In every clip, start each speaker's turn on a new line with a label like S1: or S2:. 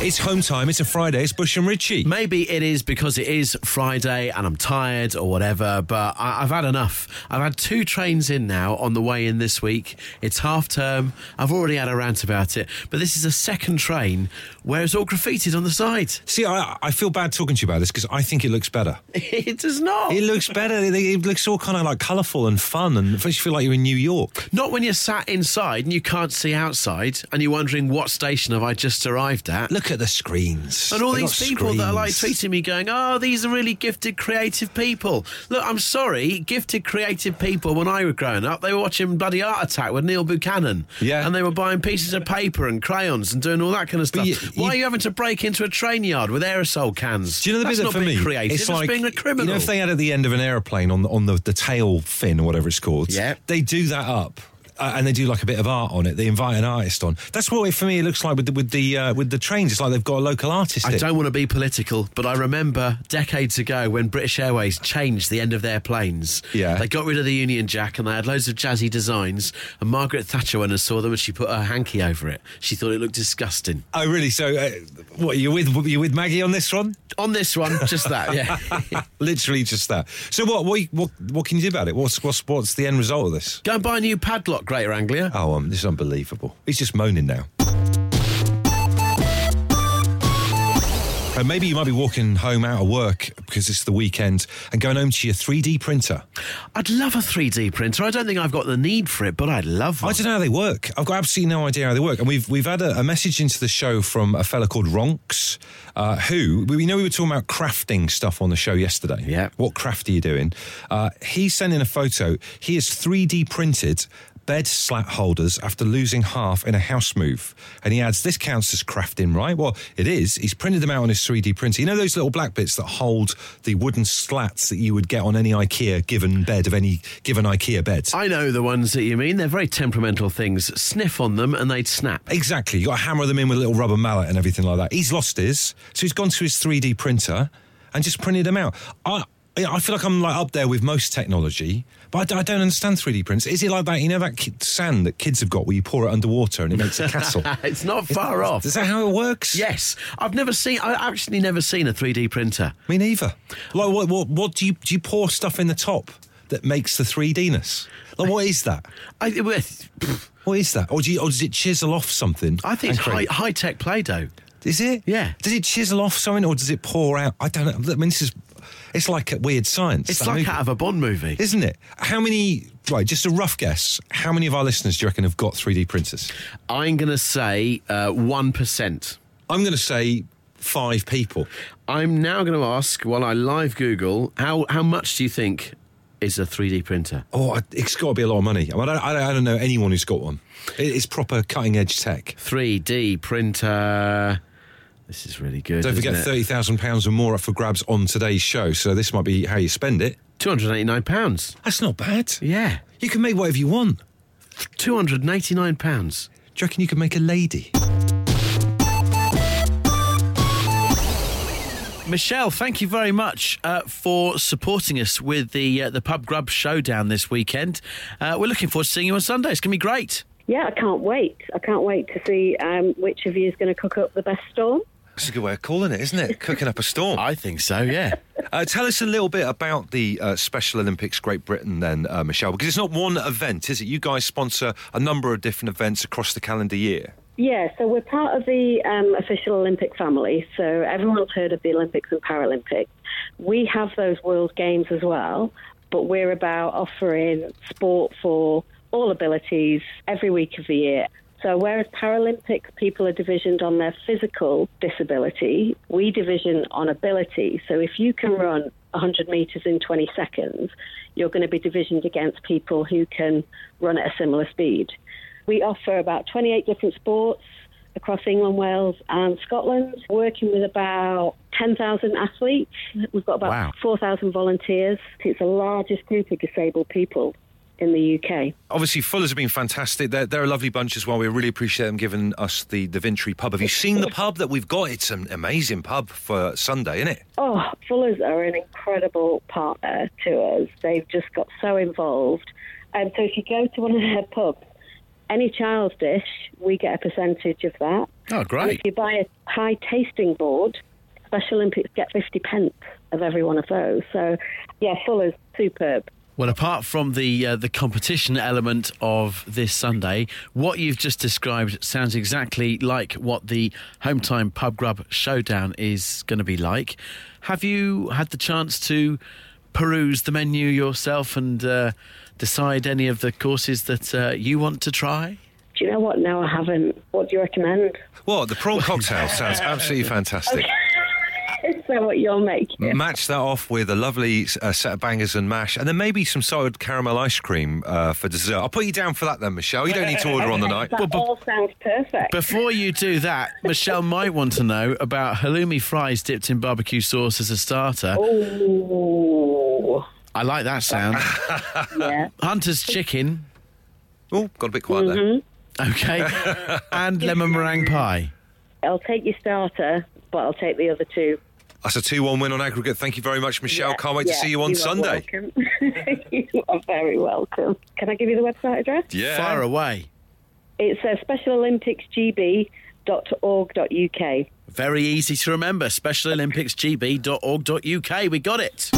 S1: It's home time. It's a Friday. It's Bush and Ritchie.
S2: Maybe it is because it is Friday and I'm tired or whatever, but I, I've had enough. I've had two trains in now on the way in this week. It's half term. I've already had a rant about it, but this is a second train where it's all graffitied on the side.
S1: See, I, I feel bad talking to you about this because I think it looks better.
S2: It does not.
S1: It looks better. It, it looks all kind of like colourful and fun, and it makes you feel like you're in New York.
S2: Not when you're sat inside and you can't see outside and you're wondering what station have I just arrived at.
S1: Look at the screens.
S2: And all
S1: They've
S2: these
S1: got
S2: people that are like
S1: screens.
S2: tweeting me going, oh, these are really gifted, creative people. Look, I'm sorry, gifted, creative people, when I was growing up, they were watching Bloody Art Attack with Neil Buchanan.
S1: Yeah.
S2: And they were buying pieces of paper and crayons and doing all that kind of
S1: But
S2: stuff.
S1: you-
S2: Why
S1: you-
S2: are you having to break into a train yard with aerosol cans?
S1: Do you know the
S2: That's
S1: bit that
S2: not
S1: for
S2: being
S1: me?
S2: creative,
S1: it's like
S2: being a criminal.
S1: You know, if they had at the end of an aeroplane on the, on the, the tail fin or whatever it's called,
S2: Yeah.
S1: they do that up. Uh, and they do like a bit of art on it. They invite an artist on. That's what it, for me it looks like with the, with the uh, with the trains. It's like they've got a local artist.
S2: I
S1: in.
S2: don't want to be political, but I remember decades ago when British Airways changed the end of their planes.
S1: Yeah.
S2: They got rid of the Union Jack and they had loads of jazzy designs. And Margaret Thatcher went and saw them and she put her hanky over it. She thought it looked disgusting.
S1: Oh really? So uh, what you with you with Maggie on this one?
S2: On this one, just that, yeah.
S1: Literally just that. So what what what, what can you do about it? What's what's what's the end result of this?
S2: Go and buy a new padlock, Greater Anglia.
S1: Oh, um, this is unbelievable. He's just moaning now. And Uh, maybe you might be walking home out of work because it's the weekend and going home to your 3D printer.
S2: I'd love a 3D printer. I don't think I've got the need for it, but I'd love
S1: I
S2: one.
S1: don't know how they work. I've got absolutely no idea how they work. And we've we've had a, a message into the show from a fella called Ronks, uh, who we know we were talking about crafting stuff on the show yesterday.
S2: Yeah.
S1: What craft are you doing? Uh, he sent in a photo. He has 3D printed bed slat holders after losing half in a house move. And he adds, this counts as crafting, right? Well, it is. He's printed them out on his 3D printer. You know those little black bits that hold the wooden slats that you would get on any IKEA given bed of any given IKEA bed?
S2: I know the ones that you mean. They're very temperamental things. Sniff on them and they'd snap.
S1: Exactly. You got to hammer them in with a little rubber mallet and everything like that. He's lost his, so he's gone to his 3D printer and just printed them out. I yeah, I feel like I'm like up there with most technology, but I d- I, don't understand 3D prints. Is it like that? You know that kid, sand that kids have got where you pour it underwater and it makes a castle.
S2: It's not far off.
S1: Is that how it works?
S2: Yes, I've never seen. I've actually never seen a 3D printer.
S1: Me neither. Like, what, what, what do you do? You pour stuff in the top that makes the 3Dness. Like, what is that?
S2: I, it was- pff,
S1: What is that? Or, do you, or does it chisel off something?
S2: I think
S1: and
S2: it's
S1: create-
S2: high, high tech Play Doh.
S1: Is it?
S2: Yeah.
S1: Does it chisel off something or does it pour out? I don't know. I mean, this is. It's like a weird science.
S2: It's
S1: that
S2: like
S1: movie,
S2: out of a Bond movie.
S1: Isn't it? How many. Right, just a rough guess. How many of our listeners do you reckon have got 3D printers?
S2: I'm going to say uh, one
S1: I'm going to say five people.
S2: I'm now going to ask while I live Google how how much do you think is a 3D printer?
S1: Oh, I- it's got to be a lot of money. I, mean, I, don't, I don't- I don't know anyone who's got one. It- It's proper cutting edge tech.
S2: 3D printer. This is really good.
S1: Don't
S2: isn't
S1: forget
S2: it?
S1: £30,000 or more up for grabs on today's show. So this might be how you spend it.
S2: 289 pounds.
S1: That's not bad.
S2: Yeah,
S1: You can make whatever you want.
S2: 289 pounds.
S1: Do you reckon you can make a lady?
S3: Michelle, thank you very much uh, for supporting us with the uh, the pub grub showdown this weekend. Uh, we're looking forward to seeing you on Sunday. It's going to be great.
S4: Yeah, I can't wait. I can't wait to see um, which of you is going to cook up the best storm.
S1: That's a good way of calling it, isn't it? Cooking up a storm.
S2: I think so. Yeah.
S1: Uh, tell us a little bit about the uh, Special Olympics Great Britain, then, uh, Michelle, because it's not one event, is it? You guys sponsor a number of different events across the calendar year.
S4: Yeah, so we're part of the um, official Olympic family. So everyone's heard of the Olympics and Paralympics. We have those World Games as well, but we're about offering sport for all abilities every week of the year. So whereas Paralympic people are divisioned on their physical disability, we division on ability. So if you can run 100 metres in 20 seconds, you're going to be divisioned against people who can run at a similar speed. We offer about 28 different sports across England, Wales, and Scotland, working with about 10,000 athletes. We've got about
S2: Wow.
S4: 4,000 volunteers. It's the largest group of disabled people in the UK.
S1: Obviously, Fuller's have been fantastic. They're, they're a lovely bunch as well. We really appreciate them giving us the, the Vintry pub. Have you seen the pub that we've got? It's an amazing pub for Sunday, isn't it?
S4: Oh, Fullers are an incredible partner to us. They've just got so involved. Um, so if you go to one of their pubs, any child's dish, we get a percentage of that.
S5: Oh,
S4: And if
S5: great.
S4: you buy a high tasting board, Special Olympics get 50 pence of every one of those. So, yeah, Fuller's superb.
S2: Well, apart from the uh, the competition element of this Sunday, what you've just described sounds exactly like what the home time pub grub showdown is going to be like. Have you had the chance to peruse the menu yourself and uh, decide any of the courses that uh, you want to try?
S4: Do you know what? No, I haven't. What do you recommend?
S1: What? The prawn cocktail sounds absolutely fantastic.
S4: Is that what you'll make? it?
S1: Match that off with a lovely uh, set of bangers and mash, and then maybe some solid caramel ice cream uh, for dessert. I'll put you down for that then, Michelle. You don't need to order on the night.
S4: That all sounds perfect.
S2: Before you do that, Michelle might want to know about halloumi fries dipped in barbecue sauce as a starter.
S4: oh,
S2: I like that sound.
S4: yeah.
S2: Hunter's chicken,
S1: Oh, got a bit quiet
S4: Mm-hmm.
S1: there.
S2: okay, and lemon meringue pie.
S4: I'll take your starter, but I'll take the other two.
S1: That's a 2 1 win on aggregate. Thank you very much, Michelle.
S4: Yeah,
S1: Can't wait to
S4: yeah,
S1: see you on
S4: are
S1: Sunday.
S4: welcome. you are very welcome. Can I give you the website address?
S1: Yeah.
S2: Far away.
S4: It's uh, specialolympicsgb.org.uk.
S2: Very easy to remember. SpecialOlympicsGB.org.uk. We got it.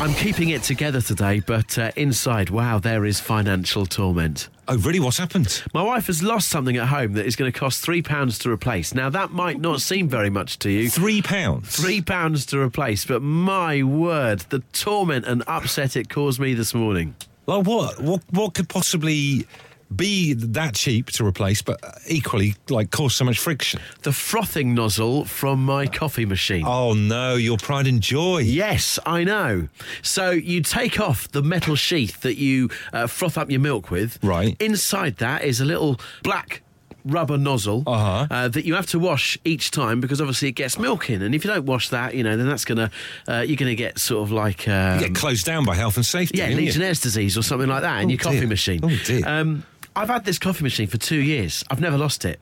S2: I'm keeping it together today, but uh, inside, wow, there is financial torment.
S1: Oh, really? What's happened?
S2: My wife has lost something at home that is going to cost £3 to replace. Now, that might not seem very much to you.
S1: Three pounds.
S2: Three pounds to replace, but my word, the torment and upset it caused me this morning.
S1: Like what? What? What could possibly be that cheap to replace, but equally like cause so much friction?
S2: The frothing nozzle from my coffee machine.
S1: Oh no! Your pride and joy.
S2: Yes, I know. So you take off the metal sheath that you uh, froth up your milk with.
S1: Right.
S2: Inside that is a little black rubber nozzle
S1: Uh-huh.
S2: uh, that you have to wash each time because obviously it gets milk in, and if you don't wash that, you know, then that's gonna uh, you're gonna get sort of like um,
S1: You get closed down by health and safety.
S2: yeah,
S1: didn't you?
S2: Legionnaire's disease or something like that in
S1: Oh,
S2: your coffee
S1: dear.
S2: machine.
S1: Oh, dear.
S2: Um, I've had this coffee machine for two years. I've never lost it.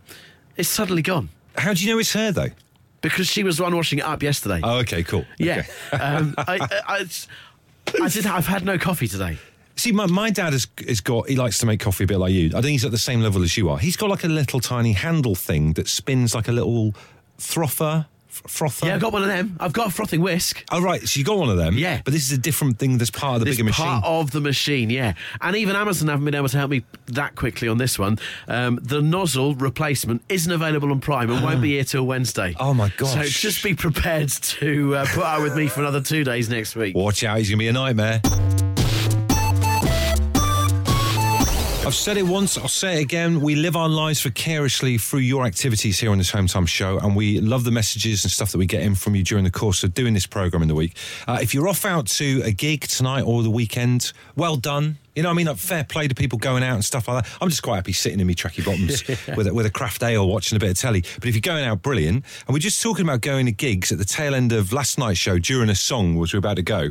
S2: It's suddenly gone
S1: How do you know it's her though?
S2: because she was the one washing it up yesterday.
S1: Oh, okay, cool.
S2: Yeah.
S1: Okay.
S2: um, I, I, I, I did, I've had no coffee today.
S1: See, my, my dad has, has got, he likes to make coffee a bit like you. I think he's at the same level as you are. He's got like a little tiny handle thing that spins like a little frother. f- Frother?
S2: Yeah, I've got one of them. I've got a frothing whisk.
S1: Oh, right. So you got one of them.
S2: Yeah.
S1: But this is a different thing that's part of the
S2: This
S1: bigger
S2: part
S1: machine.
S2: of the machine, yeah. And even Amazon haven't been able to help me that quickly on this one. Um, the nozzle replacement isn't available on Prime and won't be here till Wednesday.
S1: Oh, my
S2: So
S1: gosh.
S2: just be prepared to uh, put up with me for another two days next week.
S1: Watch out, he's going to be a nightmare. I've said it once, I'll say it again. We live our lives vicariously through your activities here on this Home Time Show, and we love the messages and stuff that we get in from you during the course of doing this programme in the week. Uh, if you're off out to a gig tonight or the weekend, well done. You know what I mean? Like, fair play to people going out and stuff like that. I'm just quite happy sitting in my tracky bottoms with, a, with a craft ale watching a bit of telly. But if you're going out, brilliant. And we're just talking about going to gigs at the tail end of last night's show during a song was we're about to go.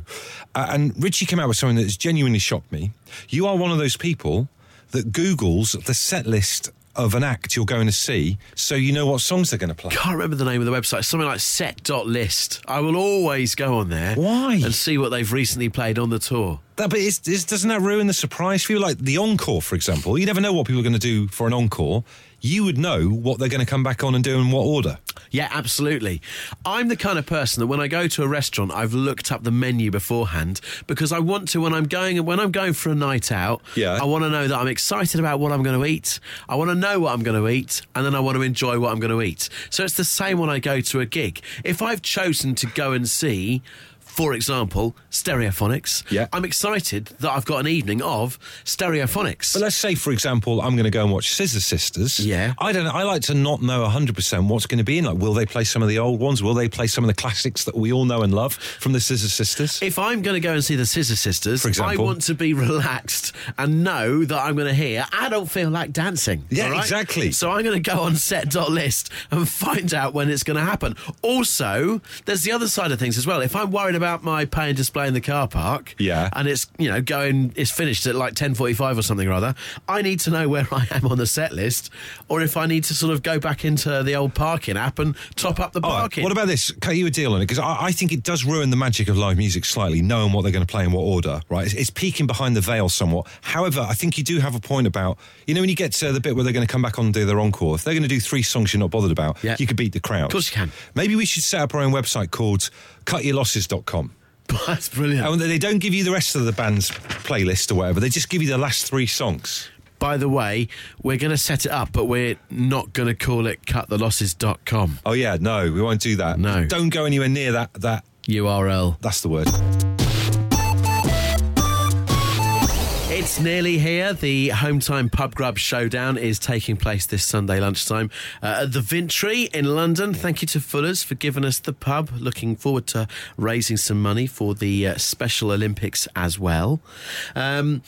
S1: Uh, and Richie came out with something that has genuinely shocked me. You are one of those people that Googles the set list of an act you're going to see so you know what songs they're going to play.
S2: can't remember the name of the website. Something like set.list. I will always go on there.
S1: Why?
S2: And see what they've recently played on the tour.
S1: That, but it's, it's, doesn't that ruin the surprise for you? Like the encore, for example, you never know what people are going to do for an encore. You would know what they're going to come back on and do in what order.
S2: Yeah, absolutely. I'm the kind of person that when I go to a restaurant, I've looked up the menu beforehand because I want to when I'm going when I'm going for a night out.
S1: Yeah.
S2: I want to know that I'm excited about what I'm going to eat. I want to know what I'm going to eat, and then I want to enjoy what I'm going to eat. So it's the same when I go to a gig. If I've chosen to go and see. For example, stereophonics.
S1: Yeah.
S2: I'm excited that I've got an evening of stereophonics.
S1: But let's say, for example, I'm going to go and watch Scissor Sisters.
S2: Yeah.
S1: I don't know. I like to not know 100% what's going to be in. Like, will they play some of the old ones? Will they play some of the classics that we all know and love from the Scissor Sisters?
S2: If I'm going to go and see the Scissor Sisters,
S1: For example.
S2: I want to be relaxed and know that I'm going to hear, I don't feel like dancing.
S1: Yeah,
S2: all right?
S1: exactly.
S2: So I'm going to go on set.list and find out when it's going to happen. Also, there's the other side of things as well. If I'm worried about about my pay and display in the car park.
S1: Yeah.
S2: And it's you know going it's finished at like ten forty five or something or other. I need to know where I am on the set list, or if I need to sort of go back into the old parking app and top up the
S1: All right,
S2: parking.
S1: Oh, What about this? Cut you a deal on it because I, I think it does ruin the magic of live music slightly, knowing what they're going to play in what order. Right? It's, it's peeking behind the veil somewhat. However, I think you do have a point about you know when you get to the bit where they're going to come back on and do their encore. If they're going to do three songs you're not bothered about,
S2: Yeah.
S1: you could beat the crowd. Of
S2: course you can.
S1: Maybe we should set up our own website called CutYourLosses.com.
S2: That's brilliant.
S1: Oh, And they don't give you the rest of the band's playlist or whatever. They just give you the last three songs.
S2: By the way, we're going to set it up, but we're not going to call it cutthelosses.com
S1: Oh yeah, no, we won't do that.
S2: No.
S1: don't go anywhere near that. That
S2: URL.
S1: that's the word.
S2: It's nearly here. The Hometime Pub Grub Showdown is taking place this Sunday lunchtime uh, at the Vintry in London. Thank you to Fuller's for giving us the pub. Looking forward to raising some money for the uh, Special Olympics as well. Um,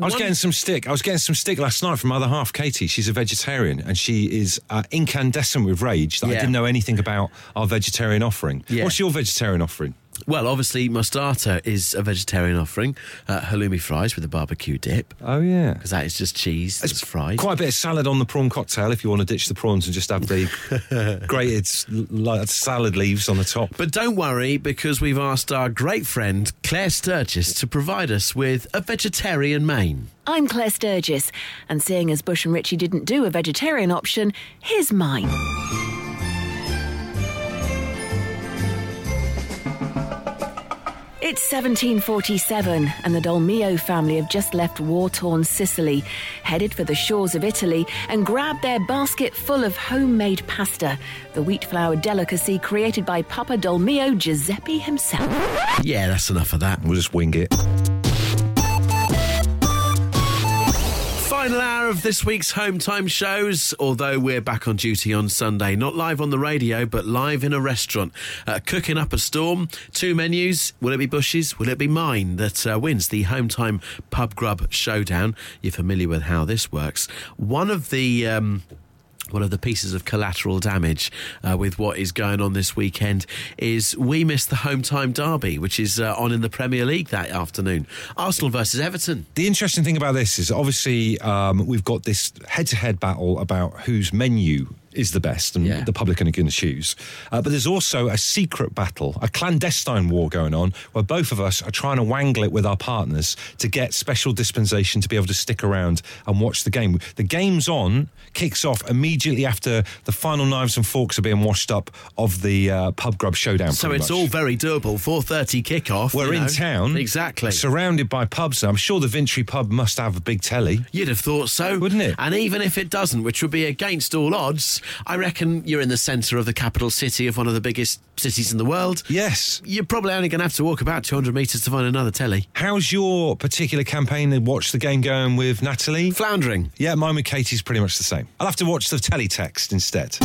S1: I was
S2: one-
S1: getting some stick. I was getting some stick last night from my other half, Katie. She's a vegetarian and she is uh, incandescent with rage that I
S2: Yeah.
S1: didn't know anything about our vegetarian offering.
S2: Yeah.
S1: What's your vegetarian offering?
S2: Well, obviously, my starter is a vegetarian offering uh, halloumi fries with a barbecue dip,
S1: Oh yeah,
S2: because that is just cheese that's fried.
S1: quite a bit of salad on the prawn cocktail if you want to ditch the prawns and just have the grated s- like, salad leaves on the top.
S2: But don't worry, because we've asked our great friend Claire Sturgis to provide us with a vegetarian main.
S6: I'm Claire Sturgis, and seeing as Bush and Richie didn't do a vegetarian option, here's mine. It's 1747, and the Dolmio family have just left war torn Sicily, headed for the shores of Italy, and grabbed their basket full of homemade pasta, the wheat flour delicacy created by Papa Dolmio Giuseppe himself.
S2: Yeah, that's enough of that.
S1: We'll just wing it.
S2: Final hour of this week's home time shows. Although we're back on duty on Sunday, not live on the radio, but live in a restaurant, uh, cooking up a storm. Two menus. Will it be Bush's? Will it be mine? That uh, wins the home time pub grub showdown. You're familiar with how this works. One of the. Um, one of the pieces of collateral damage uh, with what is going on this weekend is we missed the home time derby, which is uh, on in the Premier League that afternoon. Arsenal versus Everton.
S1: The interesting thing about this is obviously um, we've got this head-to-head battle about whose menu is the best and
S2: Yeah.
S1: the public are going to choose. Uh, but there's also a secret battle, a clandestine war going on where both of us are trying to wangle it with our partners to get special dispensation to be able to stick around and watch the game. The game's on, kicks off immediately after the final knives and forks are being washed up of the uh, pub grub showdown.
S2: So
S1: pretty
S2: it's
S1: much.
S2: all very doable. Four thirty kickoff.
S1: We're
S2: you
S1: in
S2: know.
S1: town.
S2: Exactly.
S1: Surrounded by pubs. I'm sure the Vintry pub must have a big telly.
S2: You'd have thought so,
S1: Wouldn't it?
S2: And even if it doesn't, which would be against all odds, I reckon you're in the centre of the capital city of one of the biggest cities in the world.
S1: Yes.
S2: You're probably only going to have to walk about 200 metres to find another telly.
S1: How's your particular campaign and watch the game going with Natalie?
S2: Floundering.
S1: Yeah, mine with Katie's pretty much the same. I'll have to watch the teletext instead.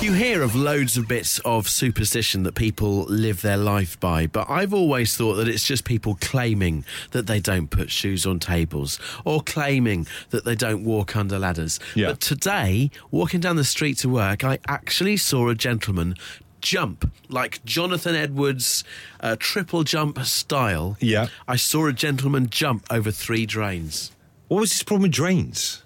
S2: You hear of loads of bits of superstition that people live their life by, but I've always thought that it's just people claiming that they don't put shoes on tables or claiming that they don't walk under ladders.
S1: Yeah.
S2: But today, walking down the street to work, I actually saw a gentleman jump like Jonathan Edwards' uh, triple jump style.
S1: Yeah.
S2: I saw a gentleman jump over three drains.
S1: What was this problem with drains?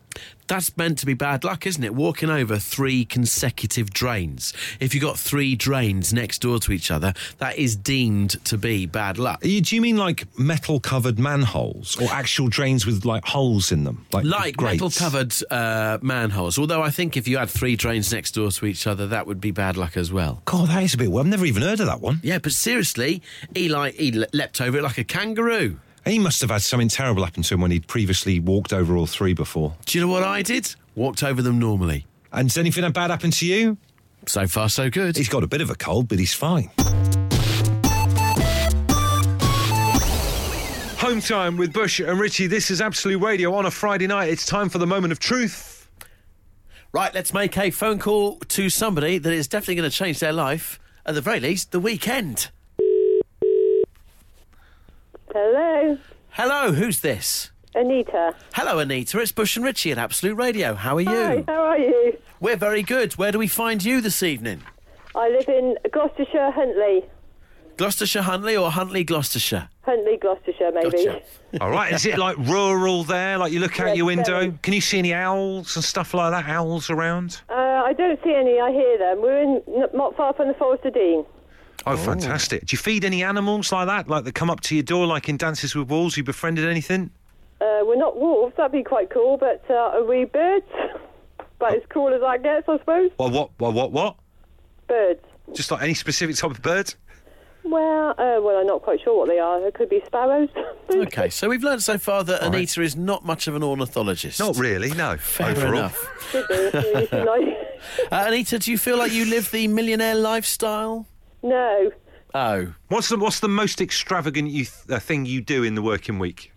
S2: That's meant to be bad luck, isn't it? Walking over three consecutive drains. If you've got three drains next door to each other, that is deemed to be bad luck.
S1: Are you- Do you mean like metal covered manholes or actual drains with like holes in them? Like,
S2: Like
S1: grates?
S2: metal covered uh, manholes. Although I think if you had three drains next door to each other, that would be bad luck as well.
S1: God, that is a bit well. I've never even heard of that one.
S2: Yeah, but seriously, Eli he le- leapt over it like a kangaroo.
S1: He must have had something terrible happen to him when he'd previously walked over all three before.
S2: Do you know what I did? Walked over them normally.
S1: And has anything bad happened to you?
S2: So far, so good.
S1: He's got a bit of a cold, but he's fine. Home time with Bush and Richie. This is Absolute Radio on a Friday night. It's time for the moment of truth.
S2: Right, let's make a phone call to somebody that is definitely going to change their life, at the very least, the weekend.
S7: Hello,
S2: Hello, who's this?
S7: Anita.
S2: Hello, Anita. It's Bush and Richie at Absolute Radio. How are you?
S7: Hi, how are you?
S2: We're very good. Where do we find you this evening?
S7: I live in Gloucestershire, Huntley.
S2: Gloucestershire Huntley or Huntley Gloucestershire?
S7: Huntley, Gloucestershire, maybe.
S2: Gotcha.
S1: All right. Is it like rural there? Like you look out
S7: Yeah,
S1: your window?
S7: very.
S1: Can you see any owls and stuff like that? Owls around?
S7: Uh, I don't see any. I hear them. We're in n- not far from the Forest of Dean.
S1: Oh, fantastic. Do you feed any animals like that? Like that come up to your door, like in Dances with Wolves? You befriended anything?
S7: Uh, we're not wolves. That'd be quite cool. But uh, are we birds? About as cool as that gets, I suppose.
S1: Well, what, what, what, what?
S7: Birds.
S1: Just like any specific type of bird?
S7: Well, uh, well, I'm not quite sure what they are. It could be sparrows.
S2: Okay, so we've learned so far that Anita is not much of an ornithologist.
S1: Not really, no.
S2: Fair enough.
S7: Could be. It's nice.
S2: Uh, Anita, do you feel like you live the millionaire lifestyle?
S7: no.
S2: Oh,
S1: What's the, what's the most extravagant you th- uh, thing you do in the working week?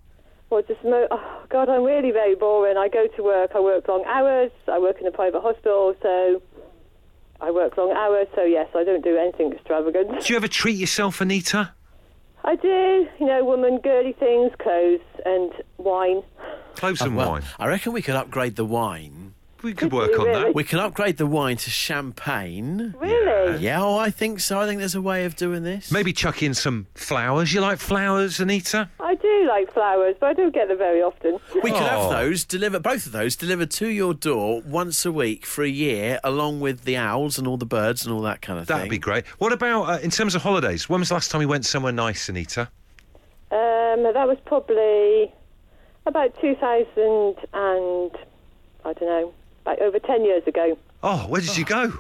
S7: Well, just mo- oh God, I'm really very boring. I go to work. I work long hours. I work in a private hospital, so I work long hours. So yes, I don't do anything extravagant.
S1: Do you ever treat yourself, Anita?
S7: I do, you know, woman, girly things, clothes, and wine.
S1: Clothes and
S2: Uh, well,
S1: wine.
S2: I reckon we could upgrade the wine.
S1: We could work on that.
S2: We can upgrade the wine to champagne.
S7: Really?
S2: Yeah, oh, I think so. I think there's a way of doing this.
S1: Maybe chuck in some flowers. You like flowers, Anita?
S7: I do like flowers, but I don't get them very often.
S2: We could
S1: Oh.
S2: have those delivered, both of those delivered to your door once a week for a year, along with the owls and all the birds and all that kind of
S1: That'd
S2: thing.
S1: be great. What about uh, in terms of holidays? When was the last time you went somewhere nice, Anita?
S7: Um, that was probably about 2000 and I don't know, like over 10 years ago.
S1: Oh, where did you go?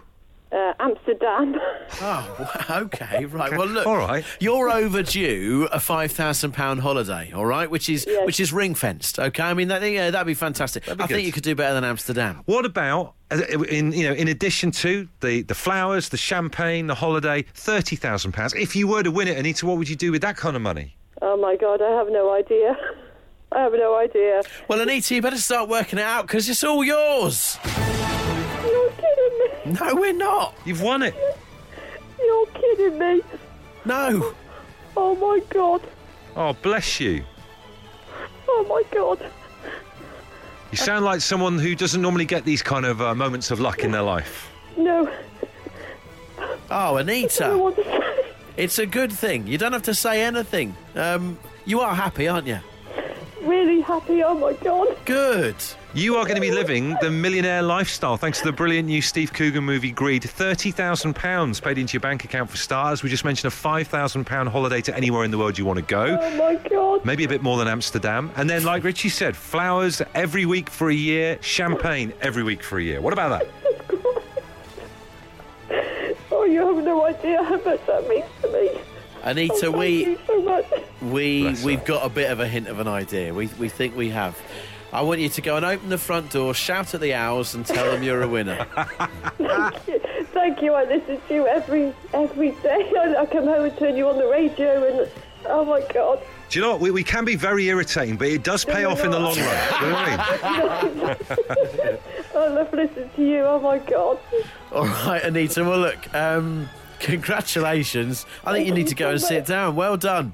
S7: Uh, Amsterdam.
S2: Oh, okay, right. Well, look,
S1: All right.
S2: you're overdue a five thousand pound holiday, all right, which is
S7: Yes.
S2: which is ring fenced. Okay, I mean that yeah, that'd be fantastic. I
S1: good.
S2: think you could do better than Amsterdam.
S1: What about uh, in you know in addition to the the flowers, the champagne, the holiday, thirty thousand pounds? If you were to win it, Anita, what would you do with that kind of money?
S7: oh my God, I have no idea. I have no idea.
S2: Well, Anita, you better start working it out because it's all yours.
S7: You're kidding me.
S2: No, we're not.
S1: You've won it.
S7: You're kidding me.
S2: No.
S7: Oh my God.
S1: Oh, bless you.
S7: Oh my God.
S1: You sound like someone who doesn't normally get these kind of uh, moments of luck in their life.
S7: No.
S2: Oh,
S7: I don't
S2: Anita,
S7: want to say.
S2: it's a good thing. You don't have to say anything. Um, you are happy, aren't you?
S7: Really happy. Oh my God.
S2: Good.
S1: You are going to be living the millionaire lifestyle thanks to the brilliant new Steve Coogan movie Greed. £30,000 paid into your bank account for stars. We just mentioned a £5,000 holiday to anywhere in the world you want to go.
S7: Oh my God.
S1: maybe a bit more than Amsterdam. And then, like Richie said, flowers every week for a year, champagne every week for a year. What about that?
S7: Oh, you have no idea how much that means to me.
S2: Anita,
S7: Oh, thank
S2: we.
S7: you so much.
S2: We
S1: Bless her.
S2: we've got a bit of a hint of an idea. We we think we have. I want you to go and open the front door, shout at the owls, and tell them you're a winner.
S7: Thank you. I listen to you every every day. I, I come home and turn you on the radio, and oh my God.
S1: Do you know what? We, we can be very irritating, but it does pay
S7: No,
S1: off in the
S7: no.
S1: long run. Do you know what I mean?
S7: I love listening to you. Oh my God.
S2: All right, Anita. Well, look, um, congratulations. I think you need to go and sit down. Well done.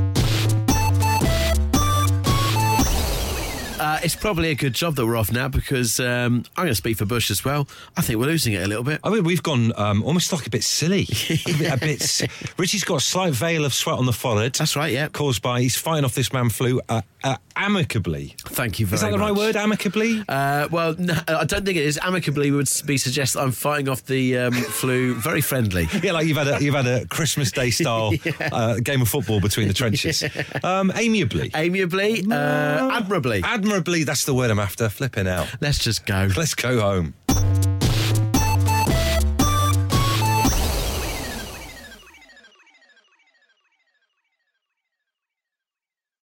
S2: Uh, it's probably a good job that we're off now because um, I'm going to speak for Bush as well. I think we're losing it a little bit.
S1: I mean, we've gone um, almost like a bit silly. a bit. A bit s- Richie's got a slight veil of sweat on the forehead.
S2: That's right, yeah.
S1: Caused by he's fighting off this man flu uh, uh, amicably.
S2: Thank you very much.
S1: Is that the right word? Amicably?
S2: Uh, well, no, I don't think it is. Amicably would be suggest I'm fighting off the um, flu very friendly.
S1: yeah, like you've had a you've had a Christmas Day style uh, game of football between the trenches. Um, amiably,
S2: Amiably, uh, admirably.
S1: admirably. That's the word I'm after. Flipping out.
S2: Let's just go.
S1: Let's go home.